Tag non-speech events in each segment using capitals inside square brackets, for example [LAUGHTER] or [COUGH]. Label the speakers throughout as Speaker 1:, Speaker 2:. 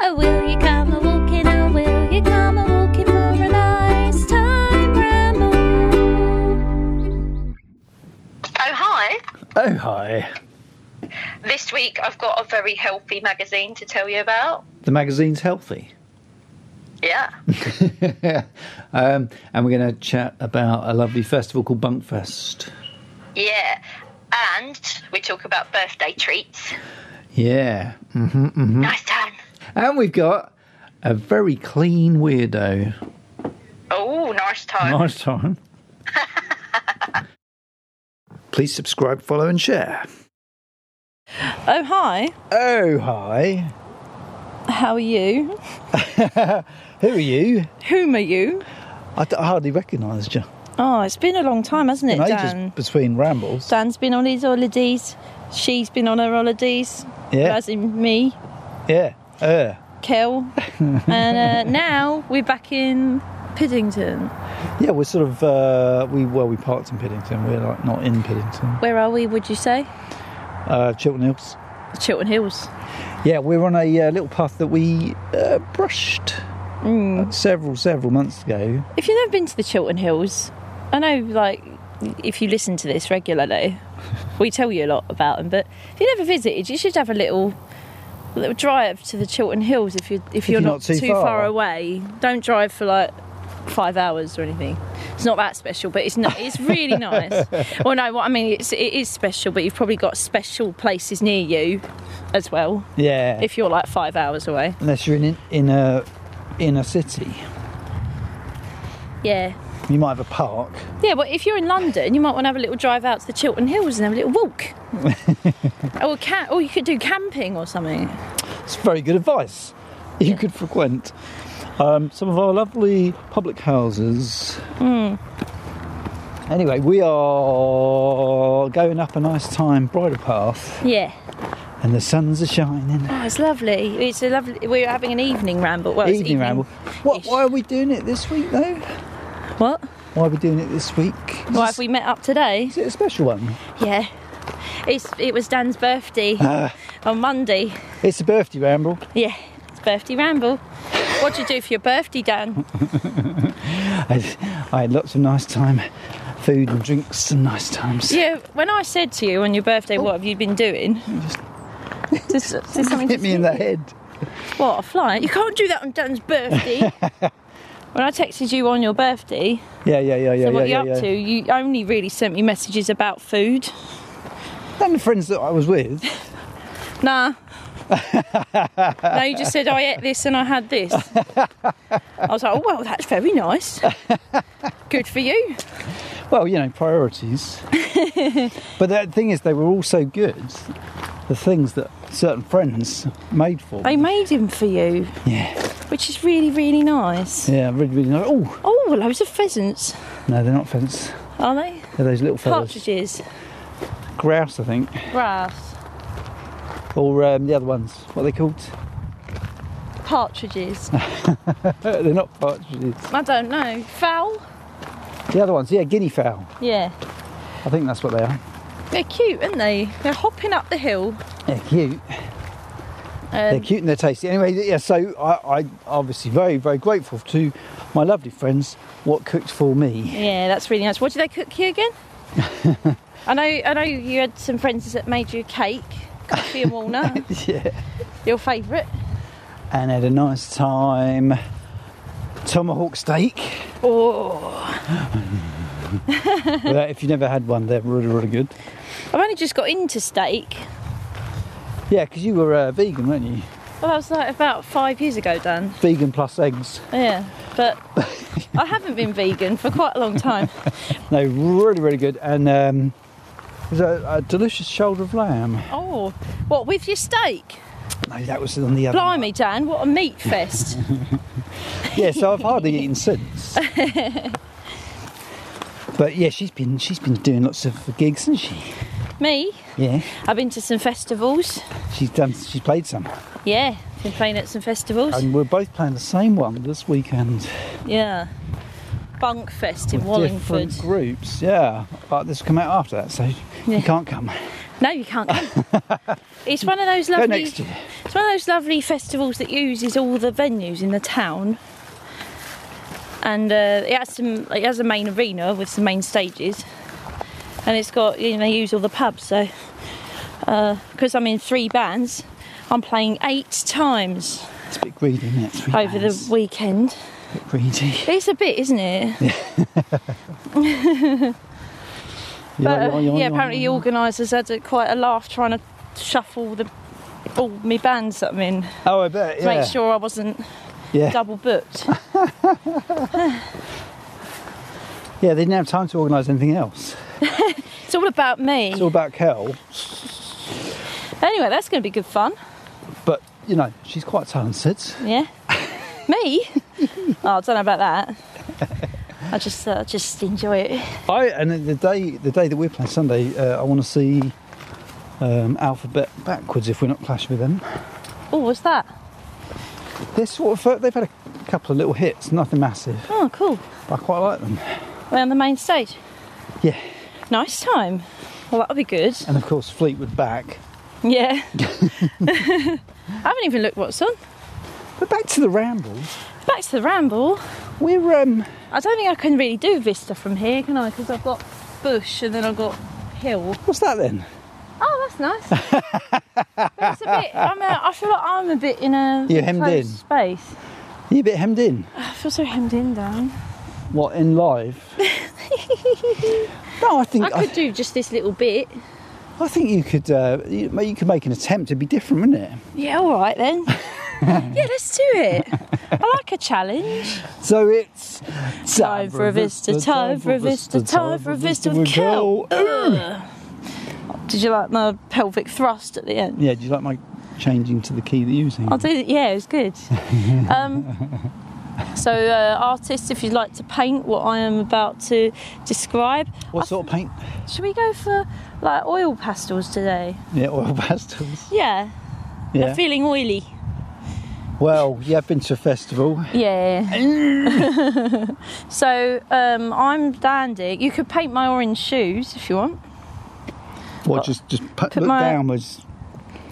Speaker 1: Oh, will you come a walking? Oh, will you come a walking for a nice time ramble?
Speaker 2: Oh, hi.
Speaker 3: Oh, hi.
Speaker 2: This week I've got a very healthy magazine to tell you about.
Speaker 3: The magazine's healthy.
Speaker 2: Yeah.
Speaker 3: [LAUGHS] um, and we're going to chat about a lovely festival called Bunkfest.
Speaker 2: Yeah. And we talk about birthday treats.
Speaker 3: Yeah. hmm hmm
Speaker 2: Nice time.
Speaker 3: And we've got a very clean weirdo.
Speaker 2: Oh, nice time.
Speaker 3: Nice time. [LAUGHS] Please subscribe, follow, and share.
Speaker 4: Oh, hi.
Speaker 3: Oh, hi.
Speaker 4: How are you?
Speaker 3: Who are you?
Speaker 4: Whom are you?
Speaker 3: I, d- I hardly recognised you.
Speaker 4: Oh, it's um, been a long time, hasn't it,
Speaker 3: Been ages
Speaker 4: Dan?
Speaker 3: between rambles.
Speaker 4: Dan's been on his holidays. She's been on her holidays.
Speaker 3: Yeah.
Speaker 4: As in me,
Speaker 3: Yeah. Uh, [LAUGHS]
Speaker 4: Kel. and uh, now we're back in Piddington.
Speaker 3: yeah, we're sort of, uh, we well, we parked in Piddington. We're like not in Piddington.
Speaker 4: Where are we, would you say?
Speaker 3: Uh, Chiltern Hills.
Speaker 4: Chiltern Hills.
Speaker 3: Yeah, we're on a uh, little path that we uh, brushed uh,
Speaker 4: Mm.
Speaker 3: several, several months ago.
Speaker 4: If you've never been to the Chiltern Hills, I know, like, if you listen to this regularly, [LAUGHS] we tell you a lot about them. But if you never visited, you should have a little little drive to the Chiltern Hills if you if you're,
Speaker 3: you're
Speaker 4: not, too, far.
Speaker 3: far.
Speaker 4: away. Don't drive for like five hours or anything. It's not that special, but it's not, it's [LAUGHS] really nice. Well, no, what I mean it's, it is special, but you've probably got special places near you as well
Speaker 3: Yeah.
Speaker 4: if you're like five hours away.
Speaker 3: Unless you're in in a in a city,
Speaker 4: Yeah.
Speaker 3: you might have a park.
Speaker 4: Yeah, but if you're in London, you might want to have a little drive out to the Chiltern Hills and have a little walk. or, ca- or you could do camping or something.
Speaker 3: It's very good advice. [LAUGHS] You could frequent um, some of our lovely public houses.
Speaker 4: Hmm.
Speaker 3: Anyway, we are going up a nice time bridle path,
Speaker 4: Yeah.
Speaker 3: and the suns are shining.
Speaker 4: Oh, it's lovely. It's a lovely. We're having an evening ramble. Well, Oh, it's
Speaker 3: evening, ramble. What?
Speaker 4: ish.
Speaker 3: Why are we doing it this week though?
Speaker 4: What?
Speaker 3: Why are we doing it this week? Is
Speaker 4: Why
Speaker 3: this-
Speaker 4: have we met up today?
Speaker 3: Is it a special one?
Speaker 4: Yeah. It's, it was Dan's birthday
Speaker 3: Ah.
Speaker 4: on Monday.
Speaker 3: It's a birthday ramble.
Speaker 4: Yeah, it's birthday ramble. What'd you do for your birthday, Dan?
Speaker 3: I, I had lots of nice time, food and drinks and nice times. [LAUGHS]
Speaker 4: Yeah, when I said to you on your birthday, what have you been doing? Just, just
Speaker 3: [LAUGHS]
Speaker 4: something
Speaker 3: Hit me in the head.
Speaker 4: What, a fly? You can't do that on
Speaker 3: [LAUGHS]
Speaker 4: Dan's birthday. when I texted you on your birthday,
Speaker 3: Yeah, yeah, yeah, yeah,
Speaker 4: so what
Speaker 3: yeah,
Speaker 4: you
Speaker 3: yeah,
Speaker 4: up
Speaker 3: yeah.
Speaker 4: to, you only really sent me messages about food.
Speaker 3: And the friends that I was
Speaker 4: [LAUGHS]
Speaker 3: with. [LAUGHS]
Speaker 4: Nah. no, you just said, I ate this and I had this. I was like, oh, well, that's
Speaker 3: [LAUGHS]
Speaker 4: very nice. Good for you.
Speaker 3: Well, you know,
Speaker 4: [LAUGHS]
Speaker 3: priorities. but the thing is, they were all so good. The things that certain friends made for.
Speaker 4: They
Speaker 3: me.
Speaker 4: made him for you,
Speaker 3: yeah,
Speaker 4: which is really, really nice.
Speaker 3: yeah, really, really nice. Oh,
Speaker 4: Oh, loads of pheasants,
Speaker 3: no, they're not pheasants.
Speaker 4: are they?
Speaker 3: They're those little fellas.
Speaker 4: Partridges,
Speaker 3: Grouse, I think,
Speaker 4: grass,
Speaker 3: or um, the other ones. What are they called? [LAUGHS]
Speaker 4: partridges.
Speaker 3: Uh, they're not partridges.
Speaker 4: I don't know. Fowl?
Speaker 3: The other ones, yeah, guinea fowl.
Speaker 4: Yeah.
Speaker 3: I think that's what they are.
Speaker 4: They're cute, aren't they? They're hopping up the hill.
Speaker 3: They're cute. They're
Speaker 4: Um,
Speaker 3: cute and they're tasty. Anyway, yeah, so I, I obviously very, very grateful to my lovely friends what cooked for me.
Speaker 4: yeah, that's really nice. What did they cook you
Speaker 3: [LAUGHS]
Speaker 4: again? I know, I know you had some friends that made you a cake, coffee and
Speaker 3: [LAUGHS]
Speaker 4: walnut,
Speaker 3: yeah.
Speaker 4: your favourite.
Speaker 3: And had a nice time. Tomahawk steak.
Speaker 4: Oh,
Speaker 3: Well, if you've never had one, they're really, really good.
Speaker 4: I've only just got into steak.
Speaker 3: Yeah, because you were uh, vegan, weren't you?
Speaker 4: Well, that was like about five years ago, Dan.
Speaker 3: Vegan plus eggs.
Speaker 4: Yeah,
Speaker 3: [LAUGHS]
Speaker 4: but I haven't been vegan for quite a long time.
Speaker 3: No, really, really good. And um, there's a, a delicious shoulder of lamb.
Speaker 4: Oh, what with your steak?
Speaker 3: No, that was on the other.
Speaker 4: Blimey, Dan, what a
Speaker 3: [LAUGHS]
Speaker 4: meat fest!
Speaker 3: yeah, so I've hardly eaten since. but yeah, she's been she's been doing lots of gigs, hasn't she?
Speaker 4: Me,
Speaker 3: Yeah,
Speaker 4: I've been to some festivals.
Speaker 3: she's done. She's played some,
Speaker 4: Yeah, been playing at some festivals.
Speaker 3: and we're both playing the same one this weekend.
Speaker 4: Yeah. Bunk Fest in Wallingford.
Speaker 3: Different groups, yeah. But this will come out after that, so
Speaker 4: Yeah.
Speaker 3: you can't come. [LAUGHS]
Speaker 4: No, you can't. Go. it's one of those
Speaker 3: Go
Speaker 4: lovely.
Speaker 3: next year.
Speaker 4: It's It's one of those lovely festivals that uses all the venues in the town. And uh, it has some, it has a main arena with some main stages, and it's got you know they use all the pubs. So because I'm in three bands, I'm playing eight times
Speaker 3: It's a bit greedy, isn't it? Three
Speaker 4: over
Speaker 3: bands.
Speaker 4: the weekend.
Speaker 3: A bit greedy.
Speaker 4: It's a bit, isn't it? But, uh, yeah, apparently the organisers had a, quite a laugh trying to shuffle the all my bands that I'm in to
Speaker 3: Oh, I bet. Yeah.
Speaker 4: make sure I wasn't
Speaker 3: Yeah.
Speaker 4: double booked.
Speaker 3: yeah, they didn't have time to organise anything else.
Speaker 4: it's all about me.
Speaker 3: It's all about Kel,
Speaker 4: Anyway, that's going to be good fun.
Speaker 3: but you know she's quite talented.
Speaker 4: Yeah. me? oh, I don't know about that. I just, uh, just enjoy it.
Speaker 3: I and the day the day that we're playing Sunday, uh, I want to see um, Alphabet backwards if we're not clashing with them.
Speaker 4: Oh, what's that?
Speaker 3: They're sort of they've had a couple of little hits, nothing massive.
Speaker 4: Oh, cool.
Speaker 3: But I quite like them.
Speaker 4: We're on the main stage.
Speaker 3: Yeah,
Speaker 4: Nice time. Well, that'll be good.
Speaker 3: and of course Fleetwood back.
Speaker 4: Yeah. [LAUGHS] I haven't even looked what's on.
Speaker 3: But back to the rambles.
Speaker 4: Back to the ramble.
Speaker 3: We're um
Speaker 4: I don't think I can really do Vista from here, can I? Because I've got bush and then I've got hill.
Speaker 3: what's that then?
Speaker 4: Oh, that's
Speaker 3: [LAUGHS]
Speaker 4: nice. but it's a bit. I'm a, I feel like I'm a bit in a
Speaker 3: You're hemmed
Speaker 4: enclosed
Speaker 3: in.
Speaker 4: space.
Speaker 3: Are you a bit hemmed in?
Speaker 4: I feel so hemmed in, down.
Speaker 3: What in
Speaker 4: [LAUGHS]
Speaker 3: live? no, I think
Speaker 4: I
Speaker 3: I,
Speaker 4: could do just this little bit.
Speaker 3: I think you could uh, you, you could make an attempt. It'd be different, wouldn't it?
Speaker 4: Yeah, all right then. [LAUGHS] yeah, let's do it. I like a challenge.
Speaker 3: So it's
Speaker 4: Time for a vista, time for a vista, time for a vista with Kel. Did you like my pelvic thrust at the end?
Speaker 3: Yeah, do you like my changing to the key that you're using?
Speaker 4: I'll do it. Yeah, it
Speaker 3: [LAUGHS]
Speaker 4: was good. um, so, uh, artists, if you'd like to paint what I am about to describe,
Speaker 3: What sort of paint?
Speaker 4: should we go for like oil pastels today?
Speaker 3: Yeah, oil pastels.
Speaker 4: Yeah,
Speaker 3: Yeah.
Speaker 4: I'm feeling oily.
Speaker 3: well, yeah, I've been to a festival.
Speaker 4: Yeah. [LAUGHS] so, um, I'm landing. You could paint my orange shoes if you want.
Speaker 3: Well, just just put,
Speaker 4: Put
Speaker 3: look
Speaker 4: Uh, my-
Speaker 3: downwards.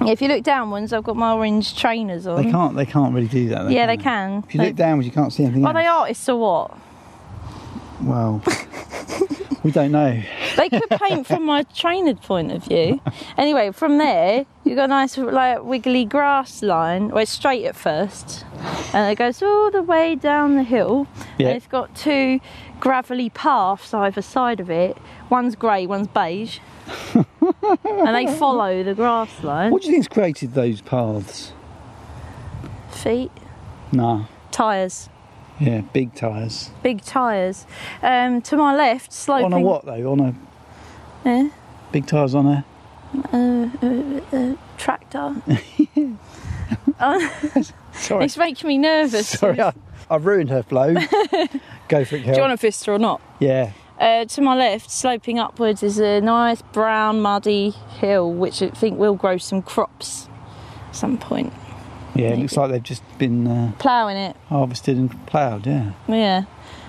Speaker 4: If you look downwards, I've got my orange trainers on.
Speaker 3: They can't. They can't really do that.
Speaker 4: Yeah, they can.
Speaker 3: If you look
Speaker 4: They-
Speaker 3: downwards, you can't see anything.
Speaker 4: Are they
Speaker 3: else.
Speaker 4: artists or what? [LAUGHS]
Speaker 3: Well, we don't know.
Speaker 4: They could paint from my trainer point of view. Anyway, from there you've got a nice like wiggly grass line. Well, it's straight at first, and it goes all the way down the hill.
Speaker 3: Yeah.
Speaker 4: And it's got two gravelly paths either side of it. One's grey, one's beige, and they follow the grass line.
Speaker 3: What do you think's created those paths?
Speaker 4: Feet,
Speaker 3: Nah.
Speaker 4: tyres,
Speaker 3: Yeah, big tyres.
Speaker 4: big tyres. Um, to my left, sloping.
Speaker 3: On a what though? On a
Speaker 4: Yeah.
Speaker 3: big tyres on a.
Speaker 4: Tractor.
Speaker 3: Sorry.
Speaker 4: It's making me
Speaker 3: [LAUGHS]
Speaker 4: nervous.
Speaker 3: Sorry, I, I've ruined her
Speaker 4: [LAUGHS]
Speaker 3: flow. Go for it, Kel.
Speaker 4: Do you want a vista or not?
Speaker 3: Yeah.
Speaker 4: Uh, to my left, sloping upwards, is a nice brown muddy hill, which I think will grow some crops at some point.
Speaker 3: Yeah, it looks like they've just been uh,
Speaker 4: Ploughing it,
Speaker 3: harvested and ploughed, yeah.
Speaker 4: yeah.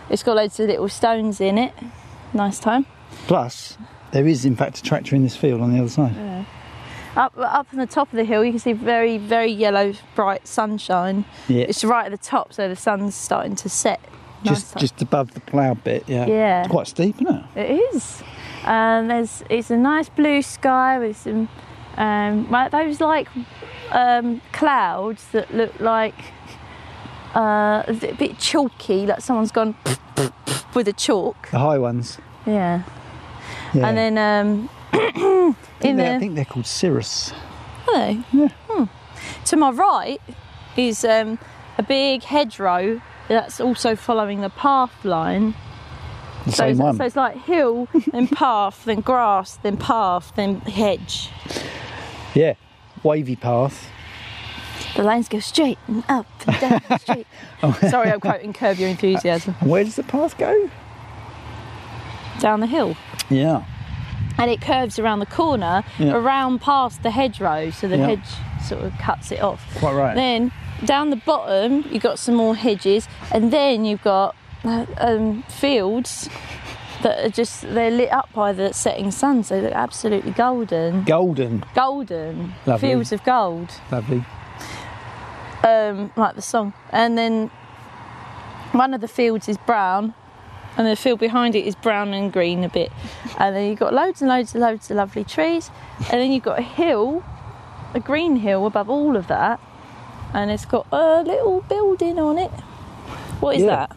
Speaker 4: It's got loads of little stones in it. Nice time.
Speaker 3: Plus, there is, in fact, a tractor in this field on the other side.
Speaker 4: Up, up on the top of the hill, you can see very, very yellow, bright sunshine.
Speaker 3: Yeah.
Speaker 4: It's right at the top, so the sun's starting to set. Nice
Speaker 3: just
Speaker 4: time.
Speaker 3: just above the ploughed bit, yeah.
Speaker 4: Yeah.
Speaker 3: It's quite steep, isn't it?
Speaker 4: It is. Um, there's it's a nice blue sky with some um, like those like um, clouds that look like uh, a bit chalky, like someone's gone with a chalk.
Speaker 3: The high ones.
Speaker 4: Yeah.
Speaker 3: Yeah.
Speaker 4: And then
Speaker 3: [CLEARS THROAT]
Speaker 4: um,
Speaker 3: I
Speaker 4: in
Speaker 3: think, they, I
Speaker 4: the
Speaker 3: think they're called cirrus.
Speaker 4: hello. Hmm.
Speaker 3: Yeah.
Speaker 4: To my right is um, a big hedgerow that's also following the path line.
Speaker 3: The
Speaker 4: So
Speaker 3: same
Speaker 4: it's,
Speaker 3: one.
Speaker 4: so it's like hill,
Speaker 3: [LAUGHS]
Speaker 4: then path, then grass, then path, then hedge.
Speaker 3: yeah. Wavy path.
Speaker 4: The lines go straight and up and
Speaker 3: [LAUGHS]
Speaker 4: down straight.
Speaker 3: Oh.
Speaker 4: Sorry, I'm quoting Curb Your Enthusiasm.
Speaker 3: And where does the path go?
Speaker 4: Down the hill.
Speaker 3: Yeah.
Speaker 4: And it curves around the corner,
Speaker 3: Yeah.
Speaker 4: around past the hedgerow, so the
Speaker 3: Yeah.
Speaker 4: hedge sort of cuts it off.
Speaker 3: Quite right.
Speaker 4: Then down the bottom, you've got some more hedges, and then you've got uh, um, fields that are just, they're lit up by the setting sun, so they're absolutely golden.
Speaker 3: Golden.
Speaker 4: Golden.
Speaker 3: Lovely.
Speaker 4: Fields of gold.
Speaker 3: Lovely.
Speaker 4: um, like the song. And then one of the fields is brown, and the field behind it is brown and green a bit. And then you've got loads and loads and loads of lovely trees, and then you've got a hill, a green hill above all of that, and it's got a little building on it. What is
Speaker 3: Yeah.
Speaker 4: that?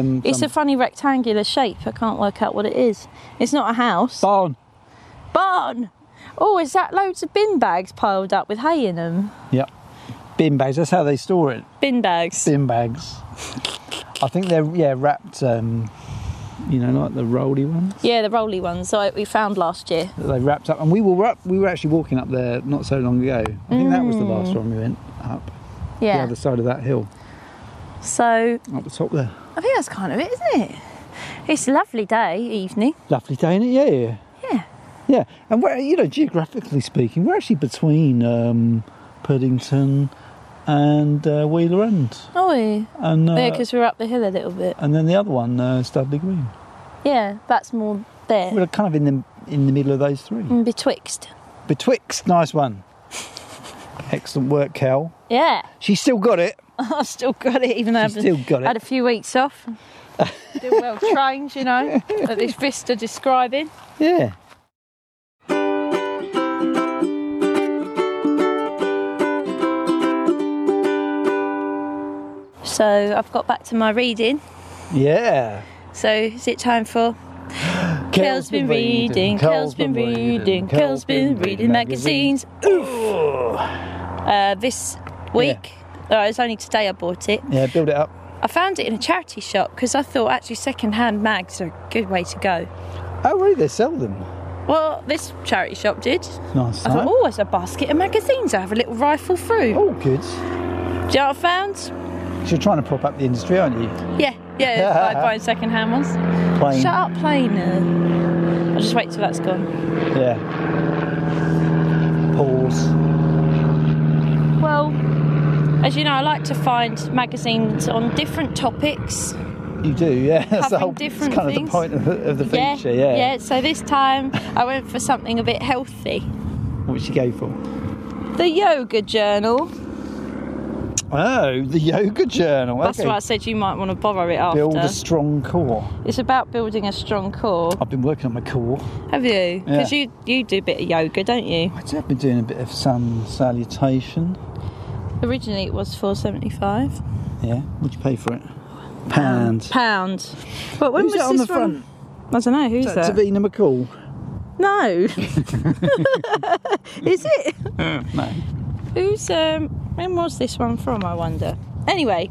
Speaker 3: Um,
Speaker 4: It's a
Speaker 3: some-
Speaker 4: funny rectangular shape. I can't work out what it is. It's not a house.
Speaker 3: barn.
Speaker 4: Barn. Oh, is that loads of bin bags piled up with hay in them?
Speaker 3: Yep. Bin bags. That's how they store it.
Speaker 4: Bin bags.
Speaker 3: Bin bags. I think they're yeah wrapped. Um, you know, like the rolly ones.
Speaker 4: Yeah, the rolly ones I, we found last year.
Speaker 3: that they wrapped up. And we were up, we were actually walking up there not so long ago. I think that was the last one we went up the
Speaker 4: Mm. Yeah.
Speaker 3: other side of that hill,
Speaker 4: So
Speaker 3: up the top there.
Speaker 4: I think that's kind of it, isn't it? It's a lovely day, evening.
Speaker 3: Lovely day, is Yeah, yeah,
Speaker 4: Yeah.
Speaker 3: yeah. And we're, you know, geographically speaking, we're actually between um, Puddington and uh, Wheeler End,
Speaker 4: Oh, yeah,
Speaker 3: and uh,
Speaker 4: because we're up the hill a little bit.
Speaker 3: and then the other one, uh, Studley Green.
Speaker 4: Yeah, that's more there.
Speaker 3: We're kind of in the in the middle of those three.
Speaker 4: In betwixt.
Speaker 3: Betwixt, nice one. Excellent work, Cal.
Speaker 4: Yeah. [LAUGHS]
Speaker 3: She's still got it.
Speaker 4: I've still got it, even though I've
Speaker 3: She's still got
Speaker 4: had
Speaker 3: it.
Speaker 4: a few weeks off.
Speaker 3: [LAUGHS]
Speaker 4: Still well trained, you know, at this vista describing.
Speaker 3: Yeah.
Speaker 4: So I've got back to my reading.
Speaker 3: Yeah.
Speaker 4: So is it time for Kel's
Speaker 3: Kel's
Speaker 4: been reading, Kel's been reading, Kel's been reading magazines. Uh, this week, uh, it's only today I bought it.
Speaker 3: Yeah, build it up.
Speaker 4: I found it in a charity shop because I thought actually second-hand mags are a good way to go.
Speaker 3: Oh, really? They sell them.
Speaker 4: Well, this charity shop did.
Speaker 3: Nice.
Speaker 4: I thought,
Speaker 3: huh?
Speaker 4: oh, there's a basket of magazines. I have a little rifle through.
Speaker 3: oh, good.
Speaker 4: Do you know what I found?
Speaker 3: So you're trying to prop up the industry, aren't you?
Speaker 4: Yeah, yeah, by [LAUGHS] buying second-hand ones.
Speaker 3: Plain.
Speaker 4: Shut up, planer. I'll just wait till that's gone.
Speaker 3: Yeah. Pause.
Speaker 4: Well, as you know, I like to find magazines on different topics.
Speaker 3: You do, yeah. [LAUGHS] That's the
Speaker 4: Covering
Speaker 3: whole.
Speaker 4: different
Speaker 3: it's kind of
Speaker 4: things.
Speaker 3: the point of the, of the feature, yeah.
Speaker 4: yeah. So this time I went for something a bit healthy.
Speaker 3: What would you go for?
Speaker 4: The yoga journal.
Speaker 3: Oh, the yoga journal.
Speaker 4: That's
Speaker 3: okay.
Speaker 4: why I said you might want to borrow it after.
Speaker 3: Build a strong core.
Speaker 4: It's about building a strong core.
Speaker 3: I've been working on my core.
Speaker 4: Have you? Because
Speaker 3: Yeah.
Speaker 4: you you do a bit of yoga, don't you?
Speaker 3: I do have been doing a bit of sun salutation.
Speaker 4: Originally it was four seventy five
Speaker 3: Yeah. What'd you pay for it?
Speaker 4: Um,
Speaker 3: Pounds.
Speaker 4: pound. But when
Speaker 3: Who's
Speaker 4: was
Speaker 3: that on
Speaker 4: this
Speaker 3: the
Speaker 4: one? I don't know who's
Speaker 3: Is that
Speaker 4: that.
Speaker 3: Tavina McCall? [LAUGHS]
Speaker 4: No. Is it?
Speaker 3: No.
Speaker 4: Who's um? When was this one from? I wonder. Anyway,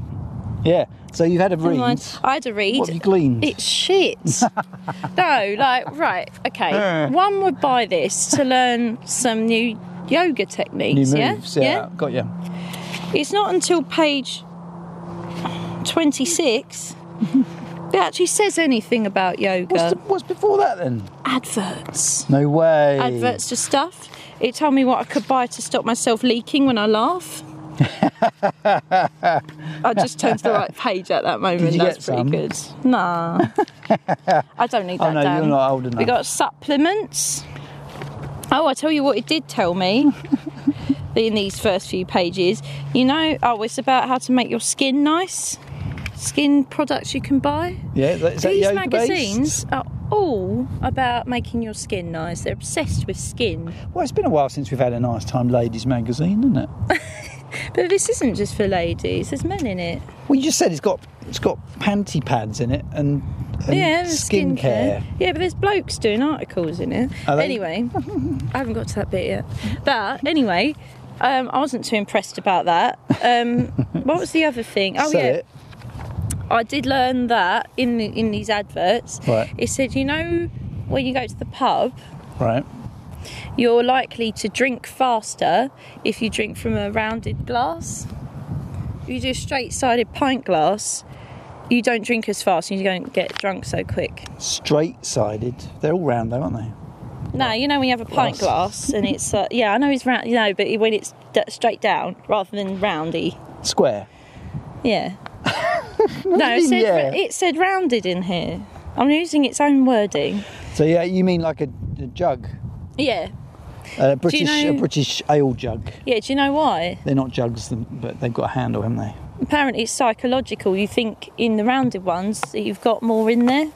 Speaker 3: Yeah. So you've had a
Speaker 4: never
Speaker 3: read.
Speaker 4: mind. I had a read.
Speaker 3: What have you gleaned?
Speaker 4: It's shit.
Speaker 3: [LAUGHS]
Speaker 4: no, like, right, okay. One would buy this to learn some new yoga
Speaker 3: New
Speaker 4: techniques, yeah?
Speaker 3: moves. Yeah. Got you.
Speaker 4: Yeah? It's not until page
Speaker 3: [LAUGHS]
Speaker 4: 26 it actually says anything about
Speaker 3: What's,
Speaker 4: yoga.
Speaker 3: the, what's before that then?
Speaker 4: Adverts.
Speaker 3: No way.
Speaker 4: Adverts to stuff. It told me what I could buy to stop myself leaking when I laugh. I just turned to the right page at that moment.
Speaker 3: Did you
Speaker 4: That's
Speaker 3: get
Speaker 4: pretty
Speaker 3: some?
Speaker 4: good. Nah.
Speaker 3: [LAUGHS]
Speaker 4: I don't need that.
Speaker 3: Oh no,
Speaker 4: Dan.
Speaker 3: you're not old enough.
Speaker 4: We got supplements. Oh, I tell you what, it did
Speaker 3: [LAUGHS]
Speaker 4: tell me in these first few pages. You know, oh, it's about how to make your skin nice, skin products you can buy.
Speaker 3: yeah, is that- is that
Speaker 4: these
Speaker 3: yoga-based?
Speaker 4: magazines are all about making your skin nice. They're obsessed with skin.
Speaker 3: Well, it's been a while since we've had a nice time ladies magazine, isn't it?
Speaker 4: But this isn't just for ladies, there's men in it.
Speaker 3: Well, you just said it's got it's got panty pads in it and, and
Speaker 4: yeah, there's
Speaker 3: skincare.
Speaker 4: Yeah, but there's blokes doing articles in it.
Speaker 3: Are they-
Speaker 4: Anyway, [LAUGHS] I haven't got to that bit yet. But anyway, um, I wasn't too impressed about that.
Speaker 3: [LAUGHS]
Speaker 4: Um, what was the other thing? Oh
Speaker 3: Sell
Speaker 4: yeah,
Speaker 3: it.
Speaker 4: I did learn that in the, in these adverts.
Speaker 3: Right.
Speaker 4: It said, you know, when you go to the pub,
Speaker 3: Right.
Speaker 4: you're likely to drink faster if you drink from a rounded glass. If you do a straight-sided pint glass, you don't drink as fast and you don't get drunk so quick.
Speaker 3: Straight sided. They're all round though, aren't they?
Speaker 4: No, you know when you have a pint glass
Speaker 3: [LAUGHS]
Speaker 4: and it's uh, yeah, I know it's round, you know, but when it's d- straight down rather than roundy,
Speaker 3: Square.
Speaker 4: yeah.
Speaker 3: [LAUGHS]
Speaker 4: no, it
Speaker 3: mean,
Speaker 4: said,
Speaker 3: yeah?
Speaker 4: it said rounded in here. I'm using its own wording.
Speaker 3: So yeah, you mean like a, a jug.
Speaker 4: Yeah.
Speaker 3: A British, a
Speaker 4: know-
Speaker 3: British ale jug.
Speaker 4: Yeah, do you know why?
Speaker 3: They're not jugs, them- but they've got a handle, haven't they?
Speaker 4: Apparently, it's psychological. You think in the rounded ones that you've got more in there.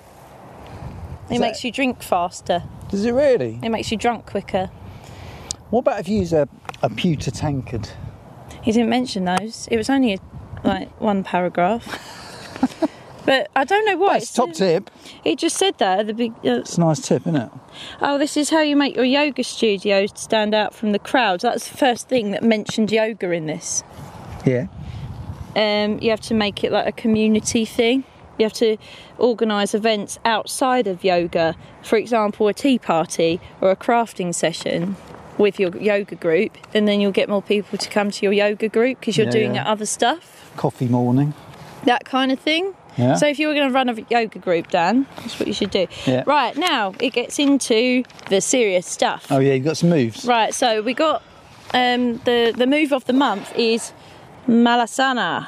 Speaker 4: It
Speaker 3: Is
Speaker 4: makes
Speaker 3: that-
Speaker 4: you drink faster.
Speaker 3: Does it really?
Speaker 4: It makes you drunk quicker.
Speaker 3: What about if you use a, a pewter tankard?
Speaker 4: He didn't mention those. It was only like one paragraph. [LAUGHS] but I don't know why.
Speaker 3: That's top tip.
Speaker 4: He just said that at the big. Uh,
Speaker 3: It's a nice tip, isn't it?
Speaker 4: oh, this is how you make your yoga studio stand out from the crowd. That's the first thing that mentioned yoga in this.
Speaker 3: Yeah.
Speaker 4: Um, you have to make it like a community thing. You have to organise events outside of yoga, for example, a tea party or a crafting session with your yoga group, and then you'll get more people to come to your yoga group because you're
Speaker 3: Yeah,
Speaker 4: doing
Speaker 3: yeah.
Speaker 4: other stuff.
Speaker 3: Coffee morning.
Speaker 4: that kind of thing.
Speaker 3: Yeah.
Speaker 4: So if you were going to run a yoga group, Dan, that's what you should do.
Speaker 3: Yeah.
Speaker 4: Right now, it gets into the serious stuff.
Speaker 3: Oh yeah, you've got some moves.
Speaker 4: Right, so we got um, the the move of the month is malasana,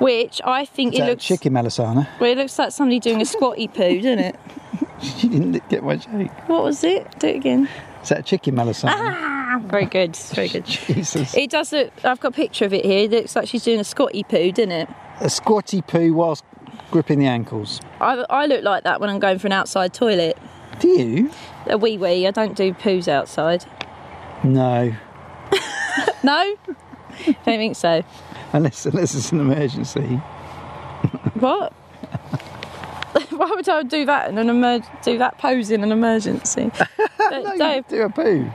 Speaker 4: which I think
Speaker 3: Is
Speaker 4: it
Speaker 3: that
Speaker 4: looks
Speaker 3: chicken malasana.
Speaker 4: well, it looks like somebody doing a squatty poo, doesn't it?
Speaker 3: [LAUGHS] You didn't get my joke.
Speaker 4: What was it? Do it again.
Speaker 3: Is that chicken malasana?
Speaker 4: Ah. Very good, very good.
Speaker 3: Jesus.
Speaker 4: It does look. I've got a picture of it here. It looks like she's doing a squatty poo, doesn't it?
Speaker 3: A squatty poo whilst gripping the ankles.
Speaker 4: I, I look like that when I'm going for an outside toilet.
Speaker 3: Do you?
Speaker 4: a wee wee. I don't do poos outside.
Speaker 3: No.
Speaker 4: No, [LAUGHS] don't think so.
Speaker 3: Unless unless it's an emergency.
Speaker 4: What? [LAUGHS] Why would I do that in an emer- do that pose in
Speaker 3: [LAUGHS]
Speaker 4: an emergency? But
Speaker 3: No, you
Speaker 4: don't-
Speaker 3: do a poo.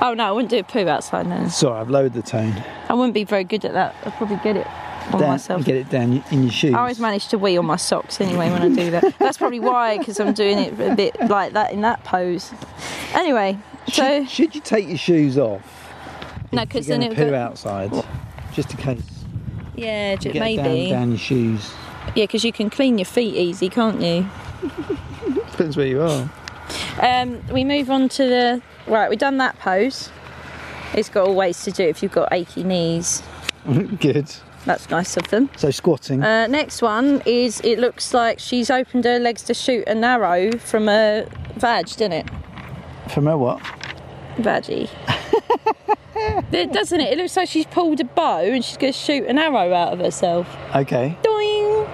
Speaker 4: oh no, I wouldn't do a poo outside. No,
Speaker 3: Sorry, I've lowered the tone.
Speaker 4: I wouldn't be very good at that. I'd probably get it on
Speaker 3: Down,
Speaker 4: myself.
Speaker 3: get it down in your shoes.
Speaker 4: I always manage to wee on my socks anyway when I do that. That's probably why, because I'm doing it a bit like that in that pose. Anyway,
Speaker 3: [LAUGHS]
Speaker 4: so
Speaker 3: should, should you take your shoes off?
Speaker 4: no,
Speaker 3: if you're
Speaker 4: because then
Speaker 3: gonna
Speaker 4: it would
Speaker 3: poo
Speaker 4: go,
Speaker 3: outside, just in case.
Speaker 4: yeah, j-
Speaker 3: Get
Speaker 4: maybe
Speaker 3: down, down your shoes.
Speaker 4: yeah, because you can clean your feet easy, can't you?
Speaker 3: Depends where you are. [LAUGHS]
Speaker 4: Um, we move on to the right. We've done that pose. It's got all ways to do it if you've got achy knees.
Speaker 3: Good.
Speaker 4: That's nice of them.
Speaker 3: So squatting.
Speaker 4: Uh, next one is it looks like she's opened her legs to shoot an arrow from a vag, doesn't it?
Speaker 3: From her what?
Speaker 4: Vaggy. It- doesn't it? It looks like she's pulled a bow and she's going to shoot an arrow out of herself.
Speaker 3: Okay.
Speaker 4: Doing.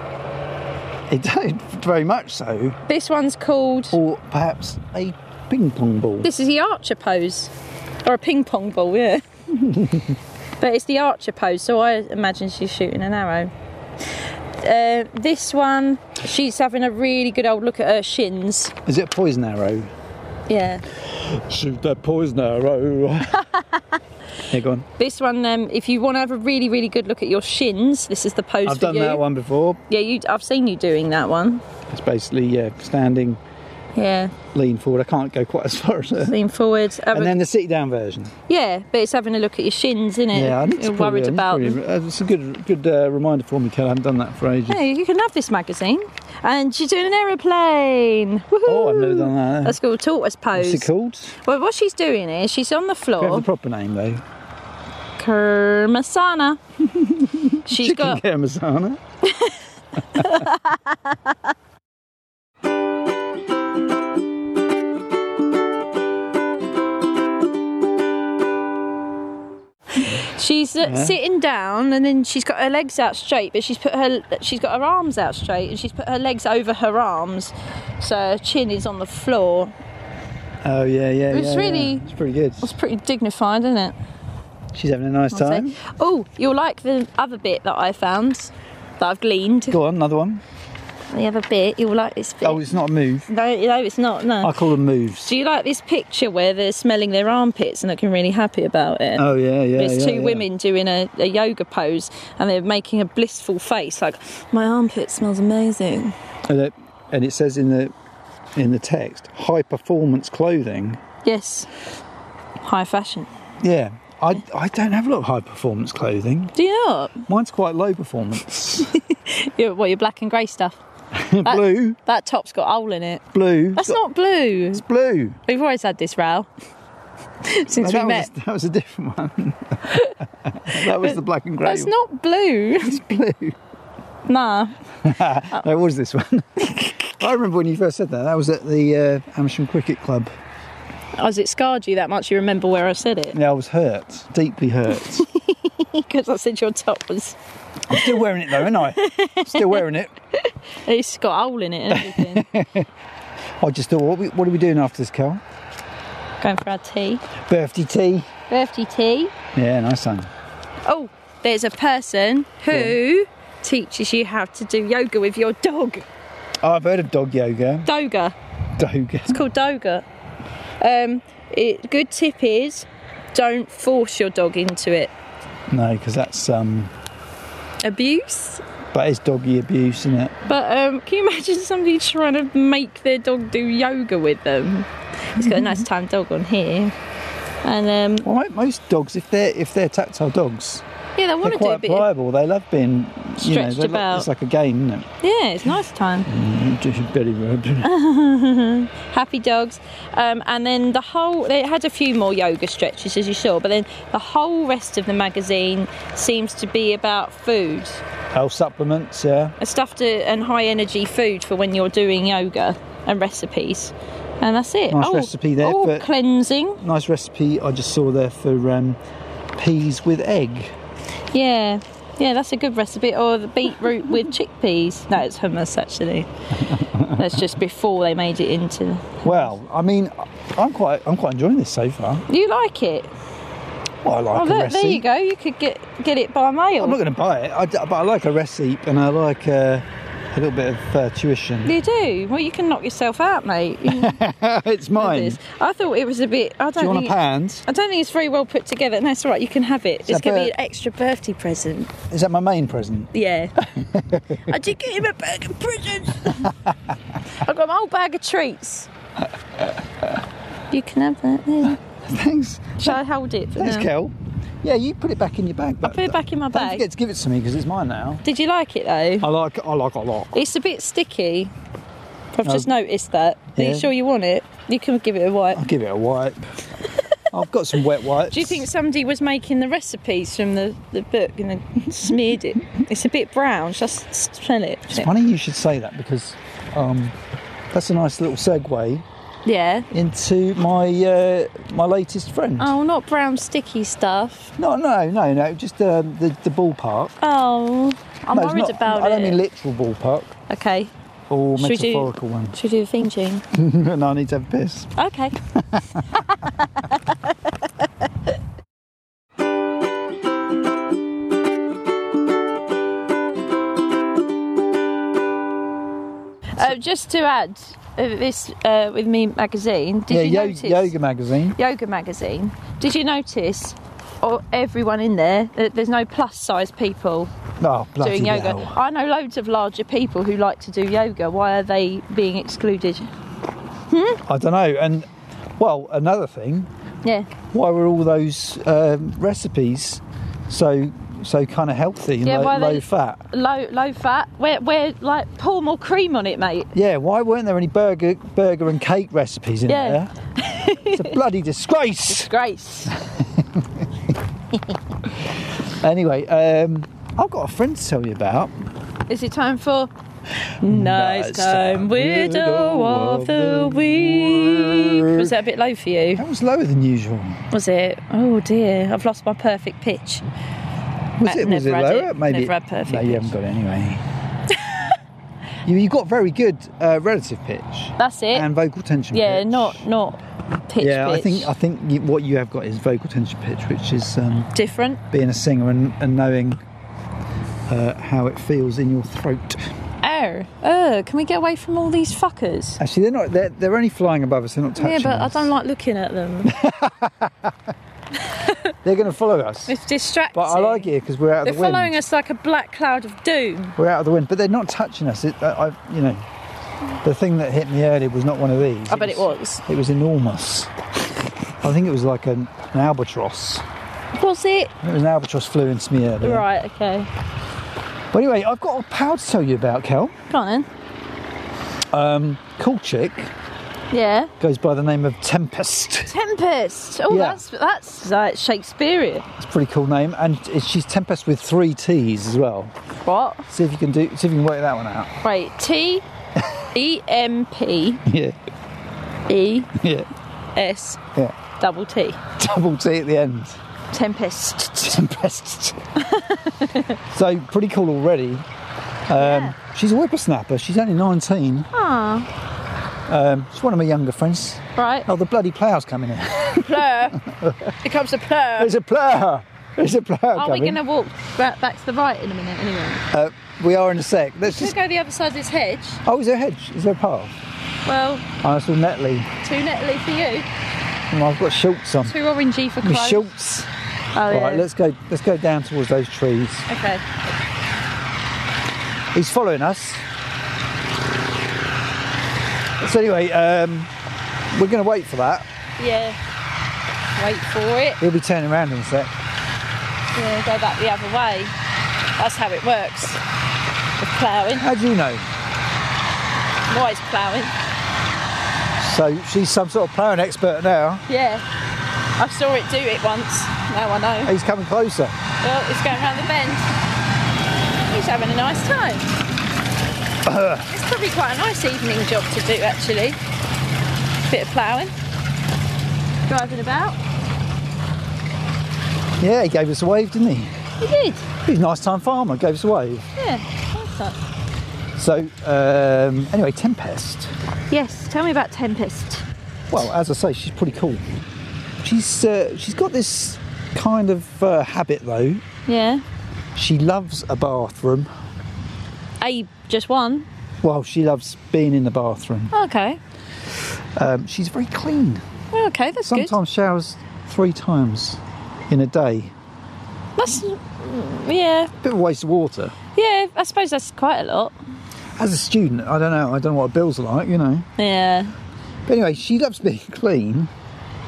Speaker 3: It [LAUGHS] don't very much so.
Speaker 4: This one's called.
Speaker 3: Or perhaps a ping pong ball.
Speaker 4: This is the archer pose, or a ping pong ball, yeah. but it's the archer pose, so I imagine she's shooting an arrow. Uh, this one, she's having a really good old look at her shins.
Speaker 3: Is it a poison arrow?
Speaker 4: Yeah.
Speaker 3: Shoot that poison arrow. [LAUGHS] yeah, go on.
Speaker 4: This one, um, if you want to have a really, really good look at your shins, this is the pose
Speaker 3: I've
Speaker 4: for
Speaker 3: done
Speaker 4: you.
Speaker 3: that one before.
Speaker 4: Yeah, you, I've seen you doing that one.
Speaker 3: It's basically yeah, standing,
Speaker 4: Yeah,
Speaker 3: lean forward. I can't go quite as far as her.
Speaker 4: lean forward. Have a-
Speaker 3: And then the sit down version.
Speaker 4: yeah, but it's having a look at your shins, isn't it?
Speaker 3: Yeah, I need to
Speaker 4: You're
Speaker 3: probably-
Speaker 4: worried
Speaker 3: I need to
Speaker 4: about them.
Speaker 3: probably- uh, It's a good good uh, reminder for me, Kel. I haven't done that for ages.
Speaker 4: Yeah, you can have this magazine. And she's doing an aeroplane. Woohoo!
Speaker 3: Oh, I've never done that.
Speaker 4: That's called tortoise pose.
Speaker 3: What's it called?
Speaker 4: Well, what she's doing is she's on the
Speaker 3: Do you have
Speaker 4: floor,
Speaker 3: the proper name though? [LAUGHS]
Speaker 4: Kermasana. She's
Speaker 3: Chicken
Speaker 4: got
Speaker 3: Parmesan.
Speaker 4: she's uh,
Speaker 3: Yeah.
Speaker 4: sitting down, and then she's got her legs out straight, but she's put her she's got her arms out straight, and she's put her legs over her arms, so her chin is on the floor.
Speaker 3: Oh yeah, yeah.
Speaker 4: It's
Speaker 3: yeah, yeah.
Speaker 4: really-
Speaker 3: It's pretty good.
Speaker 4: It's pretty dignified, isn't it?
Speaker 3: She's having a nice
Speaker 4: I'd say.
Speaker 3: time.
Speaker 4: Oh, you'll like the other bit that I found that I've gleaned.
Speaker 3: Go on, another one.
Speaker 4: The other bit, you'll like this bit.
Speaker 3: Oh, it's not a move.
Speaker 4: No, no, it's not. No.
Speaker 3: I call them moves.
Speaker 4: Do you like this picture where they're smelling their armpits and looking really happy about it?
Speaker 3: Oh yeah, yeah.
Speaker 4: There's
Speaker 3: yeah,
Speaker 4: two
Speaker 3: yeah.
Speaker 4: women doing a, a yoga pose and they're making a blissful face like, my armpit smells amazing.
Speaker 3: And it, and it says in the in the text, high performance clothing.
Speaker 4: Yes, high fashion.
Speaker 3: Yeah. I, I don't have a lot of high performance clothing.
Speaker 4: Do you not?
Speaker 3: Mine's quite low performance.
Speaker 4: [LAUGHS]
Speaker 3: [LAUGHS]
Speaker 4: Your, what, your black and grey stuff? That-
Speaker 3: blue,
Speaker 4: That top's got a hole in it.
Speaker 3: blue.
Speaker 4: That's
Speaker 3: It's got-
Speaker 4: not blue.
Speaker 3: It's blue.
Speaker 4: We've always had this row
Speaker 3: No,
Speaker 4: [LAUGHS] since we
Speaker 3: that,
Speaker 4: met.
Speaker 3: Was, [LAUGHS] that was a different one. [LAUGHS] that was the black and grey.
Speaker 4: That's not blue. [LAUGHS]
Speaker 3: It's [LAUGHS] blue.
Speaker 4: nah.
Speaker 3: That was [LAUGHS] this one. I remember when you first said that. That was at the uh, Amersham Cricket uh, Club.
Speaker 4: Has it scarred you that much? You remember where I said it [LAUGHS]
Speaker 3: Yeah, I was hurt, deeply hurt.
Speaker 4: because I said your top was.
Speaker 3: I'm still wearing it though, ain't I?
Speaker 4: [LAUGHS]
Speaker 3: Still wearing it.
Speaker 4: It's got a hole in it and everything.
Speaker 3: I just thought, what, we, what are we doing after this, Carl? [LAUGHS]
Speaker 4: Going for our tea,
Speaker 3: Birthday tea.
Speaker 4: birthday tea.
Speaker 3: Yeah, nice one.
Speaker 4: Oh, there's a person who teaches you how to do yoga with your dog.
Speaker 3: Oh, I've heard of dog yoga. [LAUGHS]
Speaker 4: Doga.
Speaker 3: Doga.
Speaker 4: It's called Doga. Um, it, good tip is don't force your dog into it.
Speaker 3: No, because that's um,
Speaker 4: Abuse?
Speaker 3: that is doggy abuse, isn't it?
Speaker 4: But um, can you imagine somebody trying to make their dog do yoga with them? It's got a nice tan dog on here. And um,
Speaker 3: Well, mo- most dogs, if they're if they're tactile dogs,
Speaker 4: yeah, they want
Speaker 3: they're
Speaker 4: to do a
Speaker 3: quite
Speaker 4: bit. Of,
Speaker 3: pliable. They love being you know,
Speaker 4: Stretched
Speaker 3: they lo-
Speaker 4: about.
Speaker 3: It's like a game, isn't it?
Speaker 4: yeah, it's nice time.
Speaker 3: Mm, just very rude.
Speaker 4: [LAUGHS] happy dogs um, and then the whole they had a few more yoga stretches as you saw but then the whole rest of the magazine seems to be about food
Speaker 3: Health supplements, yeah.
Speaker 4: and stuff to and high energy food for when you're doing yoga and recipes and that's it
Speaker 3: Nice recipe there
Speaker 4: oh,
Speaker 3: for-
Speaker 4: cleansing
Speaker 3: Nice recipe I just saw there for um, peas with egg.
Speaker 4: yeah yeah that's a good recipe or the beetroot with chickpeas no it's
Speaker 3: [LAUGHS]
Speaker 4: hummus actually that's just before they made it into
Speaker 3: Well, I mean, I'm quite I'm quite enjoying this so far.
Speaker 4: you like it
Speaker 3: Well, I like a
Speaker 4: oh look there
Speaker 3: recipe.
Speaker 4: you go you could get get it by mail
Speaker 3: I'm not going to buy it, I d but I like a recipe and I like uh, a little bit of uh, tuition.
Speaker 4: You do. Well, you can knock yourself out, mate. You know
Speaker 3: [LAUGHS] it's mine.
Speaker 4: this. I thought it was a bit. I don't
Speaker 3: Do you want
Speaker 4: think.
Speaker 3: a pound?
Speaker 4: I don't think it's very well put together. No, it's all right. You can have it.
Speaker 3: that
Speaker 4: it's going to
Speaker 3: bur-
Speaker 4: be an extra birthday present.
Speaker 3: Is that my main present? [LAUGHS]
Speaker 4: [LAUGHS] Yeah. I did get him a bag of [LAUGHS] presents. I got my whole bag of treats. You can have that. Yeah.
Speaker 3: Thanks.
Speaker 4: Shall I hold it for
Speaker 3: Thanks,
Speaker 4: now?
Speaker 3: Kel. Yeah, you put it back in your bag. But
Speaker 4: put it back in my
Speaker 3: don't
Speaker 4: bag.
Speaker 3: forget to give it to me because it's mine now.
Speaker 4: Did you like it though?
Speaker 3: I like I like it a lot.
Speaker 4: It's a bit sticky. I've
Speaker 3: Oh.
Speaker 4: just noticed that. Are
Speaker 3: Yeah. Oh.
Speaker 4: you sure you want it? You can give it a wipe.
Speaker 3: I'll give it a wipe.
Speaker 4: [LAUGHS]
Speaker 3: I've got some wet wipes.
Speaker 4: Do you think somebody was making the recipes from the, the book and then [LAUGHS] smeared it? It's a bit brown. Just smell it.
Speaker 3: It's funny you should say that because um, that's a nice little segue
Speaker 4: Yeah.
Speaker 3: into my uh, my latest friend.
Speaker 4: Oh, not brown sticky stuff.
Speaker 3: No, no, no, no. Just um, the the ballpark.
Speaker 4: Oh, I'm
Speaker 3: No, it's
Speaker 4: worried
Speaker 3: not-
Speaker 4: about
Speaker 3: I don't
Speaker 4: it.
Speaker 3: mean literal ballpark
Speaker 4: okay.
Speaker 3: or
Speaker 4: Should we do-
Speaker 3: metaphorical one.
Speaker 4: Should we do a theme tune?
Speaker 3: [LAUGHS] no, I need to have a piss. [LAUGHS]
Speaker 4: Okay. Uh, just to add uh, this uh, with me magazine, did you
Speaker 3: yeah, yo-
Speaker 4: notice
Speaker 3: yoga magazine.
Speaker 4: yoga magazine? Did you notice? Or everyone in there, that there's no plus size people
Speaker 3: Oh, bloody
Speaker 4: doing yoga.
Speaker 3: hell.
Speaker 4: I know loads of larger people who like to do yoga. Why are they being excluded?
Speaker 3: I don't know. And well, another thing.
Speaker 4: Yeah,
Speaker 3: Why were all those um, recipes so so kind of healthy and
Speaker 4: Yeah,
Speaker 3: low,
Speaker 4: why they-
Speaker 3: low fat?
Speaker 4: low low fat. Where where like pour more cream on it, mate.
Speaker 3: Yeah, why weren't there any burger burger and cake recipes in
Speaker 4: Yeah.
Speaker 3: there? It's a bloody
Speaker 4: [LAUGHS]
Speaker 3: disgrace.
Speaker 4: Grace.
Speaker 3: Anyway, um, I've got a friend to tell you about.
Speaker 4: Is it time for Nice Time Widow of the Week? Was that a bit low for you?
Speaker 3: That was lower than usual.
Speaker 4: Was it? Oh dear, I've lost my perfect
Speaker 3: Was
Speaker 4: pitch.
Speaker 3: it?
Speaker 4: Uh,
Speaker 3: Was it
Speaker 4: never had
Speaker 3: lower?
Speaker 4: it.
Speaker 3: Maybe.
Speaker 4: Never had perfect
Speaker 3: no, you haven't got it
Speaker 4: [LAUGHS]
Speaker 3: anyway. you, you got very good uh, relative pitch
Speaker 4: That's it.
Speaker 3: and vocal tension.
Speaker 4: yeah,
Speaker 3: pitch.
Speaker 4: not not pitch.
Speaker 3: Yeah, I
Speaker 4: pitch.
Speaker 3: think I think you, what you have got is vocal tension pitch, which is um,
Speaker 4: different.
Speaker 3: being a singer and, and knowing uh, how it feels in your throat.
Speaker 4: Oh, oh, can we get away from all these fuckers?
Speaker 3: Actually, they're not. They're, they're only flying above us. They're not touching.
Speaker 4: Yeah, but I
Speaker 3: us.
Speaker 4: don't like looking
Speaker 3: [LAUGHS]
Speaker 4: at them.
Speaker 3: They're going to follow us.
Speaker 4: It's distracting.
Speaker 3: But I like it because we're out of
Speaker 4: They're
Speaker 3: the wind.
Speaker 4: following us like a black cloud of doom.
Speaker 3: We're out of the wind, but they're not touching us. It, I, I, you know, the thing that hit me earlier was not one of these.
Speaker 4: I bet it was.
Speaker 3: It was enormous. I think it was like an, an albatross.
Speaker 4: Was it?
Speaker 3: I think It was an albatross flew into me earlier.
Speaker 4: Right, okay.
Speaker 3: But anyway, I've got a pal to tell you about, Kel.
Speaker 4: Go on then.
Speaker 3: Um, cool chick
Speaker 4: Yeah.
Speaker 3: goes by the name of Tempest.
Speaker 4: Tempest. Oh,
Speaker 3: Yeah.
Speaker 4: that's that's like Shakespearean.
Speaker 3: It's a pretty cool name, and it- she's Tempest with three T's as well.
Speaker 4: What?
Speaker 3: See if you can do. See if you can work that one out.
Speaker 4: Right. T E M P
Speaker 3: Yeah,
Speaker 4: E
Speaker 3: yeah.
Speaker 4: S
Speaker 3: Yeah.
Speaker 4: double T.
Speaker 3: Double T at the end.
Speaker 4: Tempest.
Speaker 3: Tempest. so pretty cool already. Um, She's a whippersnapper. She's only 19.
Speaker 4: Ah,
Speaker 3: Um, she's one of my younger friends.
Speaker 4: right.
Speaker 3: Oh, the bloody plough's coming in.
Speaker 4: Plur. Here comes the plur.
Speaker 3: There's a plough. There's a plough
Speaker 4: Are we
Speaker 3: coming.
Speaker 4: going to walk back, back to the right in a minute anyway?
Speaker 3: Uh, we are in a sec. Let's
Speaker 4: Should
Speaker 3: just.
Speaker 4: we go the other side of this hedge?
Speaker 3: Oh, is there a hedge? Is there a path?
Speaker 4: Well,
Speaker 3: Oh, I saw Netley.
Speaker 4: two netley for you,
Speaker 3: And I've got shorts on.
Speaker 4: two orangey for
Speaker 3: My
Speaker 4: Chloe.
Speaker 3: shorts.
Speaker 4: Oh,
Speaker 3: All
Speaker 4: yeah.
Speaker 3: right, let's go. Let's go down towards those trees.
Speaker 4: Okay.
Speaker 3: He's following us. So anyway, um, we're going to wait for that.
Speaker 4: Yeah. Wait for it.
Speaker 3: He'll be turning around in a sec.
Speaker 4: Yeah, go back the other way. That's how it works. With ploughing.
Speaker 3: How do you know?
Speaker 4: Wise ploughing.
Speaker 3: So she's some sort of ploughing expert now.
Speaker 4: Yeah. I saw it do it once. Now I know.
Speaker 3: He's coming closer.
Speaker 4: Well, it's going round the bend. He's having a nice
Speaker 3: [COUGHS]
Speaker 4: time. it's probably quite a nice evening job to do, actually. Bit of ploughing, driving about.
Speaker 3: Yeah, he gave us a wave, didn't he?
Speaker 4: He did.
Speaker 3: He's a nice time farmer. Gave us a wave.
Speaker 4: Yeah. Nice one.
Speaker 3: So um, anyway, Tempest.
Speaker 4: Yes. Tell me about Tempest.
Speaker 3: Well, as I say, she's pretty cool. She's uh, she's got this kind of uh, habit though.
Speaker 4: Yeah.
Speaker 3: She loves a bathroom.
Speaker 4: A just one.
Speaker 3: Well, she loves being in the bathroom.
Speaker 4: Okay.
Speaker 3: Um, she's very clean.
Speaker 4: Well, okay, that's
Speaker 3: Sometimes showers three times in a day.
Speaker 4: good. That's yeah,
Speaker 3: Bit of a waste of water.
Speaker 4: yeah. I suppose that's quite a lot.
Speaker 3: As a student, I don't know. I don't know what a bills are like, you know.
Speaker 4: Yeah.
Speaker 3: But anyway, she loves being [LAUGHS] clean.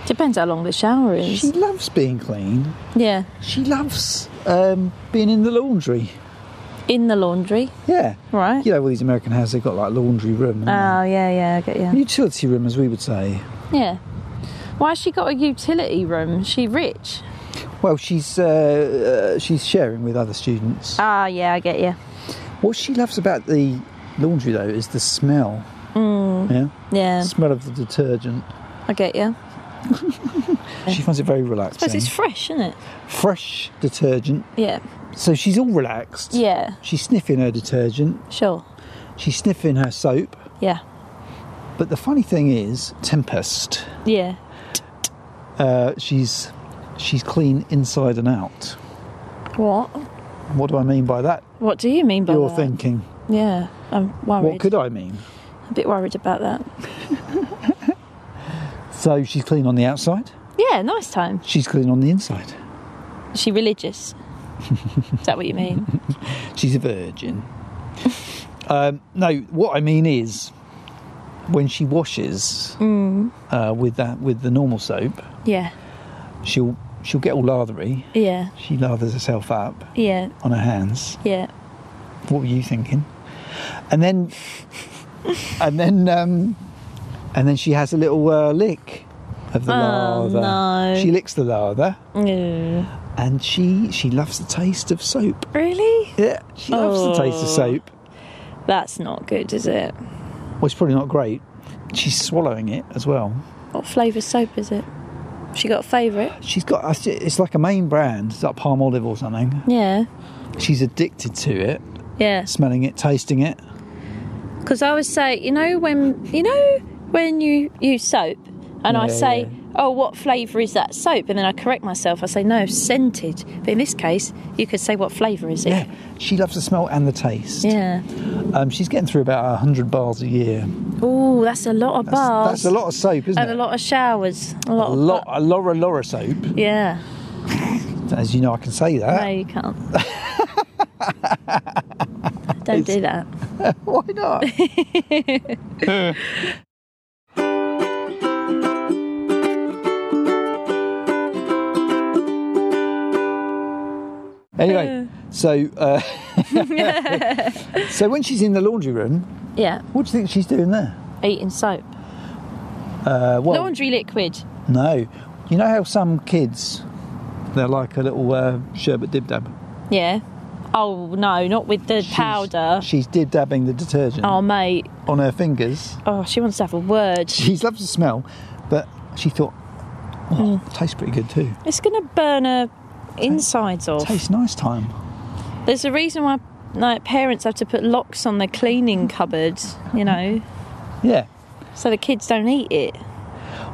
Speaker 4: Depends how long the shower is.
Speaker 3: She loves being clean.
Speaker 4: yeah.
Speaker 3: She loves um, being in the laundry.
Speaker 4: In the laundry.
Speaker 3: Yeah.
Speaker 4: Right.
Speaker 3: You know, all these American houses, they've got like laundry room. haven't
Speaker 4: Oh yeah, yeah. I get you.
Speaker 3: they? Utility room, as we would say.
Speaker 4: Yeah. Why's she got a utility room? Is she rich?
Speaker 3: Well, she's uh, uh, she's sharing with other students.
Speaker 4: Ah, yeah, I get you.
Speaker 3: What she loves about the laundry though is the smell. Yeah.
Speaker 4: Mm. Yeah,
Speaker 3: smell of the detergent.
Speaker 4: I get you.
Speaker 3: She finds it very
Speaker 4: I suppose
Speaker 3: relaxing.
Speaker 4: it's fresh, isn't it?
Speaker 3: Fresh detergent.
Speaker 4: Yeah.
Speaker 3: So she's all relaxed.
Speaker 4: Yeah,
Speaker 3: She's sniffing her detergent.
Speaker 4: sure.
Speaker 3: She's sniffing her soap.
Speaker 4: Yeah.
Speaker 3: But the funny thing is, Tempest.
Speaker 4: Yeah.
Speaker 3: Uh, she's she's clean inside and out.
Speaker 4: What?
Speaker 3: What do I mean by that?
Speaker 4: What do you mean by
Speaker 3: You're
Speaker 4: that?
Speaker 3: thinking.
Speaker 4: Yeah, I'm worried.
Speaker 3: What could I mean?
Speaker 4: a bit worried about that.
Speaker 3: So she's clean on the outside.
Speaker 4: Yeah, nice time.
Speaker 3: She's clean on the inside.
Speaker 4: Is
Speaker 3: [LAUGHS]
Speaker 4: she religious? Is that what you mean?
Speaker 3: She's a virgin. um, no, what I mean is, when she washes
Speaker 4: Mm.
Speaker 3: uh, with that with the normal soap,
Speaker 4: Yeah.
Speaker 3: she'll she'll get all lathery.
Speaker 4: Yeah.
Speaker 3: She lathers herself up
Speaker 4: Yeah.
Speaker 3: on her hands.
Speaker 4: Yeah.
Speaker 3: What were you thinking? And
Speaker 4: [LAUGHS]
Speaker 3: then, and then, um, and then she has a little uh, lick of the
Speaker 4: Oh,
Speaker 3: lather.
Speaker 4: no.
Speaker 3: She licks the lather,
Speaker 4: Ew.
Speaker 3: and she she loves the taste of soap.
Speaker 4: Really?
Speaker 3: Yeah, she loves the taste of
Speaker 4: Oh.
Speaker 3: soap.
Speaker 4: That's not good, is it?
Speaker 3: Well, it's probably not great. She's swallowing it as well.
Speaker 4: What flavour soap is it? She got a favourite?
Speaker 3: She's got I see- it's like a main brand, it's like palm olive or something.
Speaker 4: Yeah.
Speaker 3: She's addicted to it,
Speaker 4: Yeah.
Speaker 3: smelling it, tasting it.
Speaker 4: Because I always say, you know, when you know when you use soap, and I
Speaker 3: Yeah,
Speaker 4: say,
Speaker 3: yeah.
Speaker 4: oh, what flavour is that soap? And then I correct myself. I say, no, scented. But in this case, you could say, what flavour is it?
Speaker 3: Yeah, she loves the smell and the taste.
Speaker 4: Yeah.
Speaker 3: Um, she's getting through about 100 bars a year.
Speaker 4: Oh, that's a lot of
Speaker 3: That's,
Speaker 4: bars.
Speaker 3: that's a lot of soap, isn't
Speaker 4: And
Speaker 3: it?
Speaker 4: a lot of showers. A
Speaker 3: A
Speaker 4: lot. of
Speaker 3: lot,
Speaker 4: bu-
Speaker 3: a lot of Laura soap.
Speaker 4: yeah.
Speaker 3: As you know, I can say that.
Speaker 4: no,
Speaker 3: [LAUGHS]
Speaker 4: you can't. Don't do that. [LAUGHS]
Speaker 3: Why not? [LAUGHS] anyway, so uh, [LAUGHS] so when she's in the laundry room,
Speaker 4: Yeah.
Speaker 3: what do you think she's doing there?
Speaker 4: Eating soap.
Speaker 3: Uh, well,
Speaker 4: Laundry liquid.
Speaker 3: no. You know how some kids they're like a little uh, sherbet dib dab.
Speaker 4: Yeah. Oh no, not with the powder.
Speaker 3: She's dib dabbing the detergent
Speaker 4: Oh mate.
Speaker 3: on her fingers.
Speaker 4: Oh, she wants to have a word.
Speaker 3: She loves the smell, but She thought, well,
Speaker 4: Hmm.
Speaker 3: tastes pretty good too.
Speaker 4: It's going to burn her insides off.
Speaker 3: Tastes nice time.
Speaker 4: There's a reason why like parents have to put locks on their
Speaker 3: [LAUGHS]
Speaker 4: cleaning cupboard, you know,
Speaker 3: Yeah.
Speaker 4: so the kids don't eat it.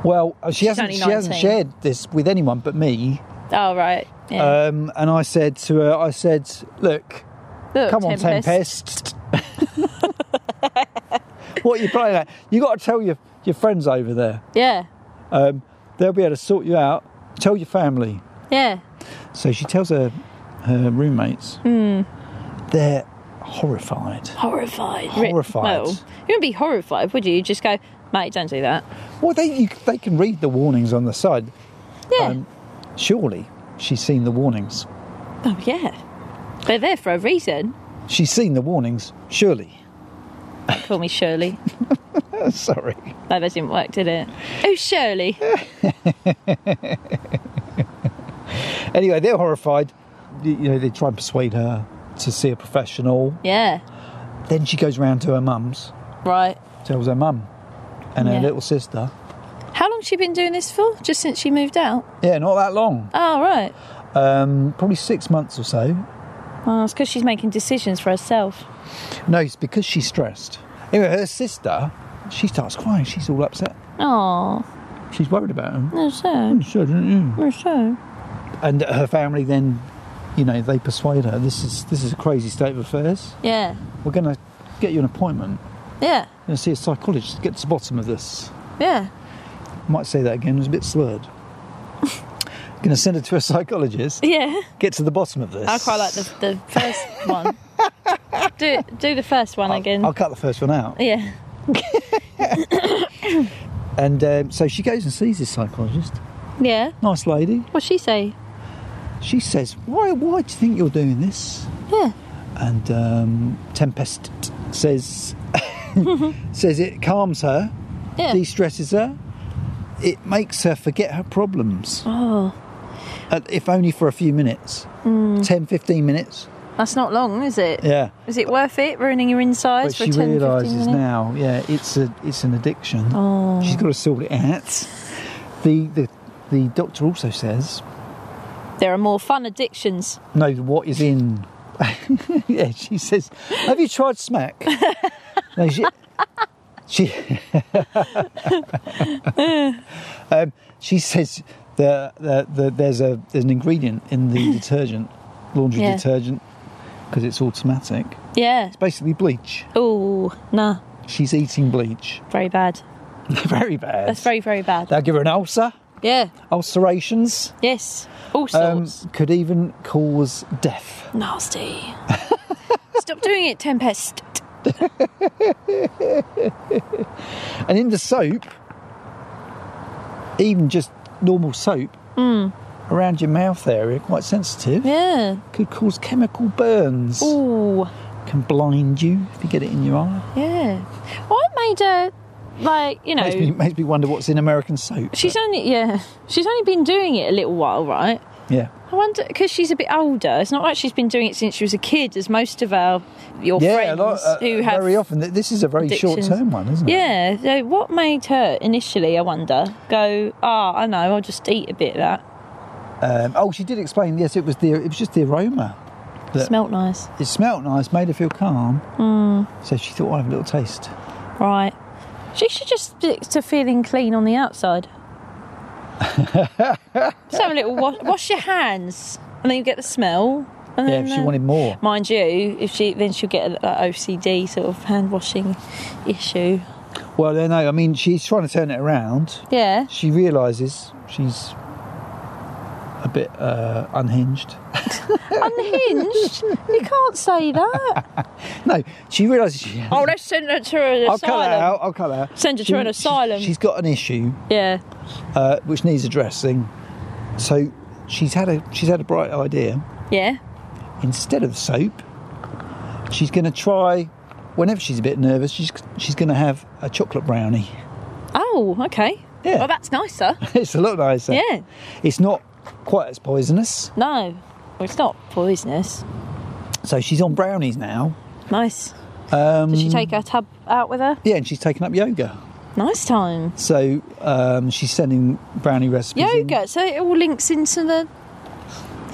Speaker 3: Well, uh, she
Speaker 4: She's
Speaker 3: hasn't
Speaker 4: only
Speaker 3: she hasn't
Speaker 4: 19.
Speaker 3: shared this with anyone but me.
Speaker 4: Oh right. Yeah.
Speaker 3: Um, and I said to her, I said, look,
Speaker 4: Look,
Speaker 3: come on, Tempest. [LAUGHS] what are you playing at? You got to tell your your friends over there.
Speaker 4: Yeah.
Speaker 3: Um, they'll be able to sort you out. Tell your family.
Speaker 4: Yeah.
Speaker 3: So she tells her her roommates.
Speaker 4: Hmm.
Speaker 3: They're horrified.
Speaker 4: Horrified.
Speaker 3: Horrified.
Speaker 4: Well, you wouldn't be horrified, would you? You'd just go, mate, don't do that.
Speaker 3: Well, they you, they can read the warnings on the side.
Speaker 4: Yeah.
Speaker 3: Um, Surely she's seen the warnings.
Speaker 4: oh yeah. They're there for a reason.
Speaker 3: She's seen the warnings. Surely. [LAUGHS]
Speaker 4: Call me Shirley.
Speaker 3: Sorry.
Speaker 4: No, that didn't work, did it? Oh, Shirley.
Speaker 3: Anyway, they're horrified. You you know, they try and persuade her to see a professional.
Speaker 4: Yeah.
Speaker 3: Then she goes round to her mum's,
Speaker 4: Right.
Speaker 3: tells her mum and her
Speaker 4: Yeah.
Speaker 3: little sister.
Speaker 4: How long's she been doing this for? Just since she moved out?
Speaker 3: Yeah, not that long.
Speaker 4: Oh, right.
Speaker 3: Um, probably six months or so.
Speaker 4: Well, Oh, it's because she's making decisions for herself.
Speaker 3: No, it's because she's stressed. Anyway, her sister, she starts crying. She's all upset.
Speaker 4: Oh,
Speaker 3: She's worried about him. Mm,
Speaker 4: no, so,
Speaker 3: Sure, didn't you?
Speaker 4: no, so.
Speaker 3: and her family then you know they persuade her this is this is a crazy state of affairs
Speaker 4: Yeah,
Speaker 3: we're going to get you an appointment
Speaker 4: yeah,
Speaker 3: you're going to see a psychologist get to the bottom of this
Speaker 4: yeah.
Speaker 3: might say that again it was a bit slurred [LAUGHS] going to send her to a psychologist
Speaker 4: Yeah.
Speaker 3: get to the bottom of this
Speaker 4: I quite like the, the first [LAUGHS] one. Do it- do the first one again.
Speaker 3: i'll cut the first one out
Speaker 4: Yeah.
Speaker 3: and um, so she goes and sees this psychologist
Speaker 4: Yeah.
Speaker 3: nice lady
Speaker 4: What'd she say?
Speaker 3: she says why why do you think you're doing this
Speaker 4: Yeah.
Speaker 3: and um, tempest says [LAUGHS] says it calms her
Speaker 4: Yeah.
Speaker 3: de-stresses her. It makes her forget her problems,
Speaker 4: Oh,
Speaker 3: uh, if only for a few minutes,
Speaker 4: Mm.
Speaker 3: 10, 15 minutes.
Speaker 4: that's not long, is it? Is
Speaker 3: Yeah.
Speaker 4: it worth it ruining your insides
Speaker 3: But
Speaker 4: for
Speaker 3: she
Speaker 4: 10, 15
Speaker 3: realises
Speaker 4: minutes?
Speaker 3: now, yeah, it's a it's an addiction.
Speaker 4: Oh.
Speaker 3: She's got to sort it out. The the the doctor also says,
Speaker 4: There are more fun addictions.
Speaker 3: no, what is in? [LAUGHS] yeah, she says, have you tried
Speaker 4: [LAUGHS]
Speaker 3: smack? no, she. She, [LAUGHS] um, she says the, the, the, there's a there's an ingredient in the
Speaker 4: [LAUGHS]
Speaker 3: detergent, laundry
Speaker 4: Yeah.
Speaker 3: detergent, because it's automatic.
Speaker 4: Yeah.
Speaker 3: Basically, bleach.
Speaker 4: Oh, nah.
Speaker 3: She's eating bleach. [LAUGHS]
Speaker 4: Very bad.
Speaker 3: very bad.
Speaker 4: That's very, very bad.
Speaker 3: They'll give her an ulcer,
Speaker 4: Yeah.
Speaker 3: ulcerations.
Speaker 4: Yes. All
Speaker 3: Um,
Speaker 4: sorts.
Speaker 3: could even cause death.
Speaker 4: Nasty. [LAUGHS] Stop doing it, Tempest.
Speaker 3: And in the soap, even just normal soap, around your mouth area, quite sensitive,
Speaker 4: Mm. Yeah.
Speaker 3: could cause chemical burns.
Speaker 4: Ooh.
Speaker 3: Can blind you if you get it in your eye.
Speaker 4: Yeah. Well, it made her, like, you
Speaker 3: Makes me,
Speaker 4: know,
Speaker 3: makes me wonder what's in American soap.
Speaker 4: she's only, yeah, she's only been doing it a little while, right?
Speaker 3: Yeah.
Speaker 4: I wonder, because she's a bit older, it's not like she's been doing it since she was a kid, as most of our, your
Speaker 3: Yeah, a
Speaker 4: friends
Speaker 3: lot, uh,
Speaker 4: who have.
Speaker 3: very often. th- This is a very short
Speaker 4: addictions.
Speaker 3: term one, isn't it?
Speaker 4: yeah, so what made her initially, I wonder, go, ah, I know, I'll just eat a bit of that.
Speaker 3: Um, oh, she did explain, yes, it was the it was just the aroma. That-
Speaker 4: Smelt nice.
Speaker 3: It smelt nice, made her feel calm.
Speaker 4: Mm.
Speaker 3: So she thought, I'll have a little taste.
Speaker 4: Right. She should just stick to feeling clean on the [LAUGHS] outside. just have a little wash, wash your hands, and then you get the smell. And
Speaker 3: Yeah,
Speaker 4: then,
Speaker 3: if she
Speaker 4: uh,
Speaker 3: wanted more.
Speaker 4: mind you, if she then she'll get a, a OCD sort of hand washing issue.
Speaker 3: Well, no, I mean, she's trying to turn it around.
Speaker 4: [LAUGHS] Yeah.
Speaker 3: she realizes she's a bit uh, unhinged.
Speaker 4: Unhinged. you can't say that.
Speaker 3: No, she realizes she.
Speaker 4: [LAUGHS] Oh, let's send her to an
Speaker 3: I'll cut
Speaker 4: asylum.
Speaker 3: that out. I'll cut that out.
Speaker 4: Send her to an
Speaker 3: she's-
Speaker 4: asylum.
Speaker 3: She's got an issue
Speaker 4: Yeah.
Speaker 3: uh, which needs addressing. So she's had a she's had a bright idea.
Speaker 4: Yeah.
Speaker 3: Instead of soap, she's going to try. Whenever she's a bit nervous, she's she's going to have a chocolate brownie. [LAUGHS]
Speaker 4: Oh, okay.
Speaker 3: Yeah.
Speaker 4: Well, that's nicer.
Speaker 3: it's a lot nicer.
Speaker 4: Yeah.
Speaker 3: It's not quite as poisonous.
Speaker 4: No, well, it's not poisonous.
Speaker 3: So she's on brownies now.
Speaker 4: Nice.
Speaker 3: Um,
Speaker 4: Hmm. Did she take her tub out with her?
Speaker 3: yeah, and she's taken up yoga.
Speaker 4: Nice time.
Speaker 3: So um, she's sending brownie recipes. in.
Speaker 4: Yoga. So it all links into the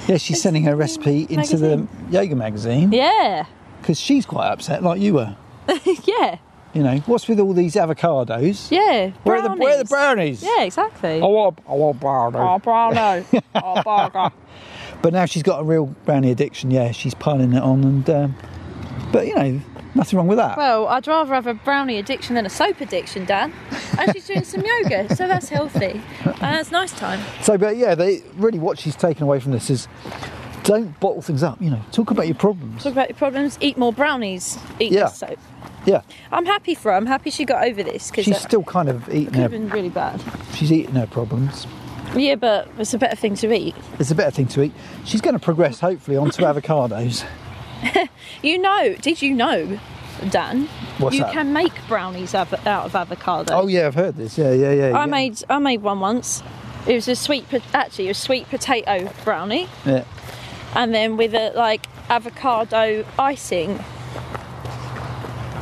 Speaker 3: Yeah, she's sending her recipe into the
Speaker 4: Magazine.
Speaker 3: yoga magazine
Speaker 4: yeah,
Speaker 3: because she's quite upset, like you were.
Speaker 4: [LAUGHS] yeah,
Speaker 3: You know, what's with all these avocados?
Speaker 4: yeah.
Speaker 3: Where are the where are the brownies?
Speaker 4: Yeah, exactly.
Speaker 3: I [LAUGHS] want I want brownies.
Speaker 4: Oh, brownie. [LAUGHS] oh, burger. Oh.
Speaker 3: But now she's got a real brownie addiction. Yeah, she's piling it on, and um, but you know, nothing wrong with that.
Speaker 4: Well, I'd rather have a brownie addiction than a soap addiction, Dan. And she's doing some yoga, so that's healthy. And that's nice time.
Speaker 3: so, but yeah, they really what she's taken away from this is don't bottle things up. You know, talk about your problems.
Speaker 4: Talk about your problems. Eat more brownies. Eat
Speaker 3: Yeah.
Speaker 4: less soap.
Speaker 3: Yeah,
Speaker 4: I'm happy for her. I'm happy she got over this because
Speaker 3: she's
Speaker 4: it
Speaker 3: still kind of eating
Speaker 4: could have
Speaker 3: her.
Speaker 4: been really bad.
Speaker 3: She's eating her problems.
Speaker 4: Yeah, but it's a better thing to eat.
Speaker 3: It's a better thing to eat. She's going to progress hopefully
Speaker 4: [COUGHS]
Speaker 3: onto avocados.
Speaker 4: You know? Did you know, Dan?
Speaker 3: What's
Speaker 4: you
Speaker 3: that?
Speaker 4: can make brownies av- out of avocado.
Speaker 3: Oh yeah, I've heard this. Yeah, yeah, yeah.
Speaker 4: I
Speaker 3: yeah.
Speaker 4: made I made one once. It was a sweet po- actually it was sweet potato brownie,
Speaker 3: Yeah.
Speaker 4: and then with a like avocado icing.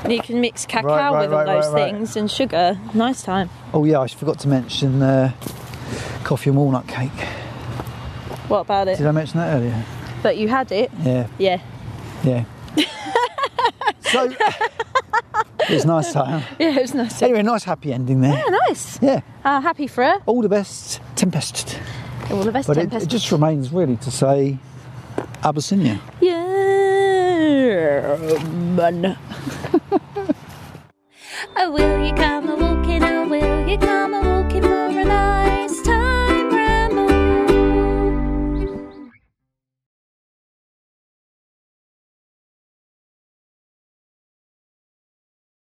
Speaker 4: You can mix cacao
Speaker 3: Right, right,
Speaker 4: with all
Speaker 3: right,
Speaker 4: those
Speaker 3: right, right.
Speaker 4: things and sugar. Nice time.
Speaker 3: Oh yeah, I forgot to mention uh, coffee and walnut cake.
Speaker 4: What about it?
Speaker 3: Did I mention that earlier?
Speaker 4: But you had it.
Speaker 3: Yeah,
Speaker 4: Yeah. [LAUGHS]
Speaker 3: yeah. so it's nice time.
Speaker 4: Yeah, it was nice.
Speaker 3: Anyway, nice happy ending there.
Speaker 4: Yeah, nice.
Speaker 3: Yeah.
Speaker 4: Uh, happy for her.
Speaker 3: All the best, Tempest.
Speaker 4: All the best.
Speaker 3: But it,
Speaker 4: Tempest.
Speaker 3: it just remains really to say Abyssinia.
Speaker 4: yeah. man.
Speaker 1: Oh, will you come?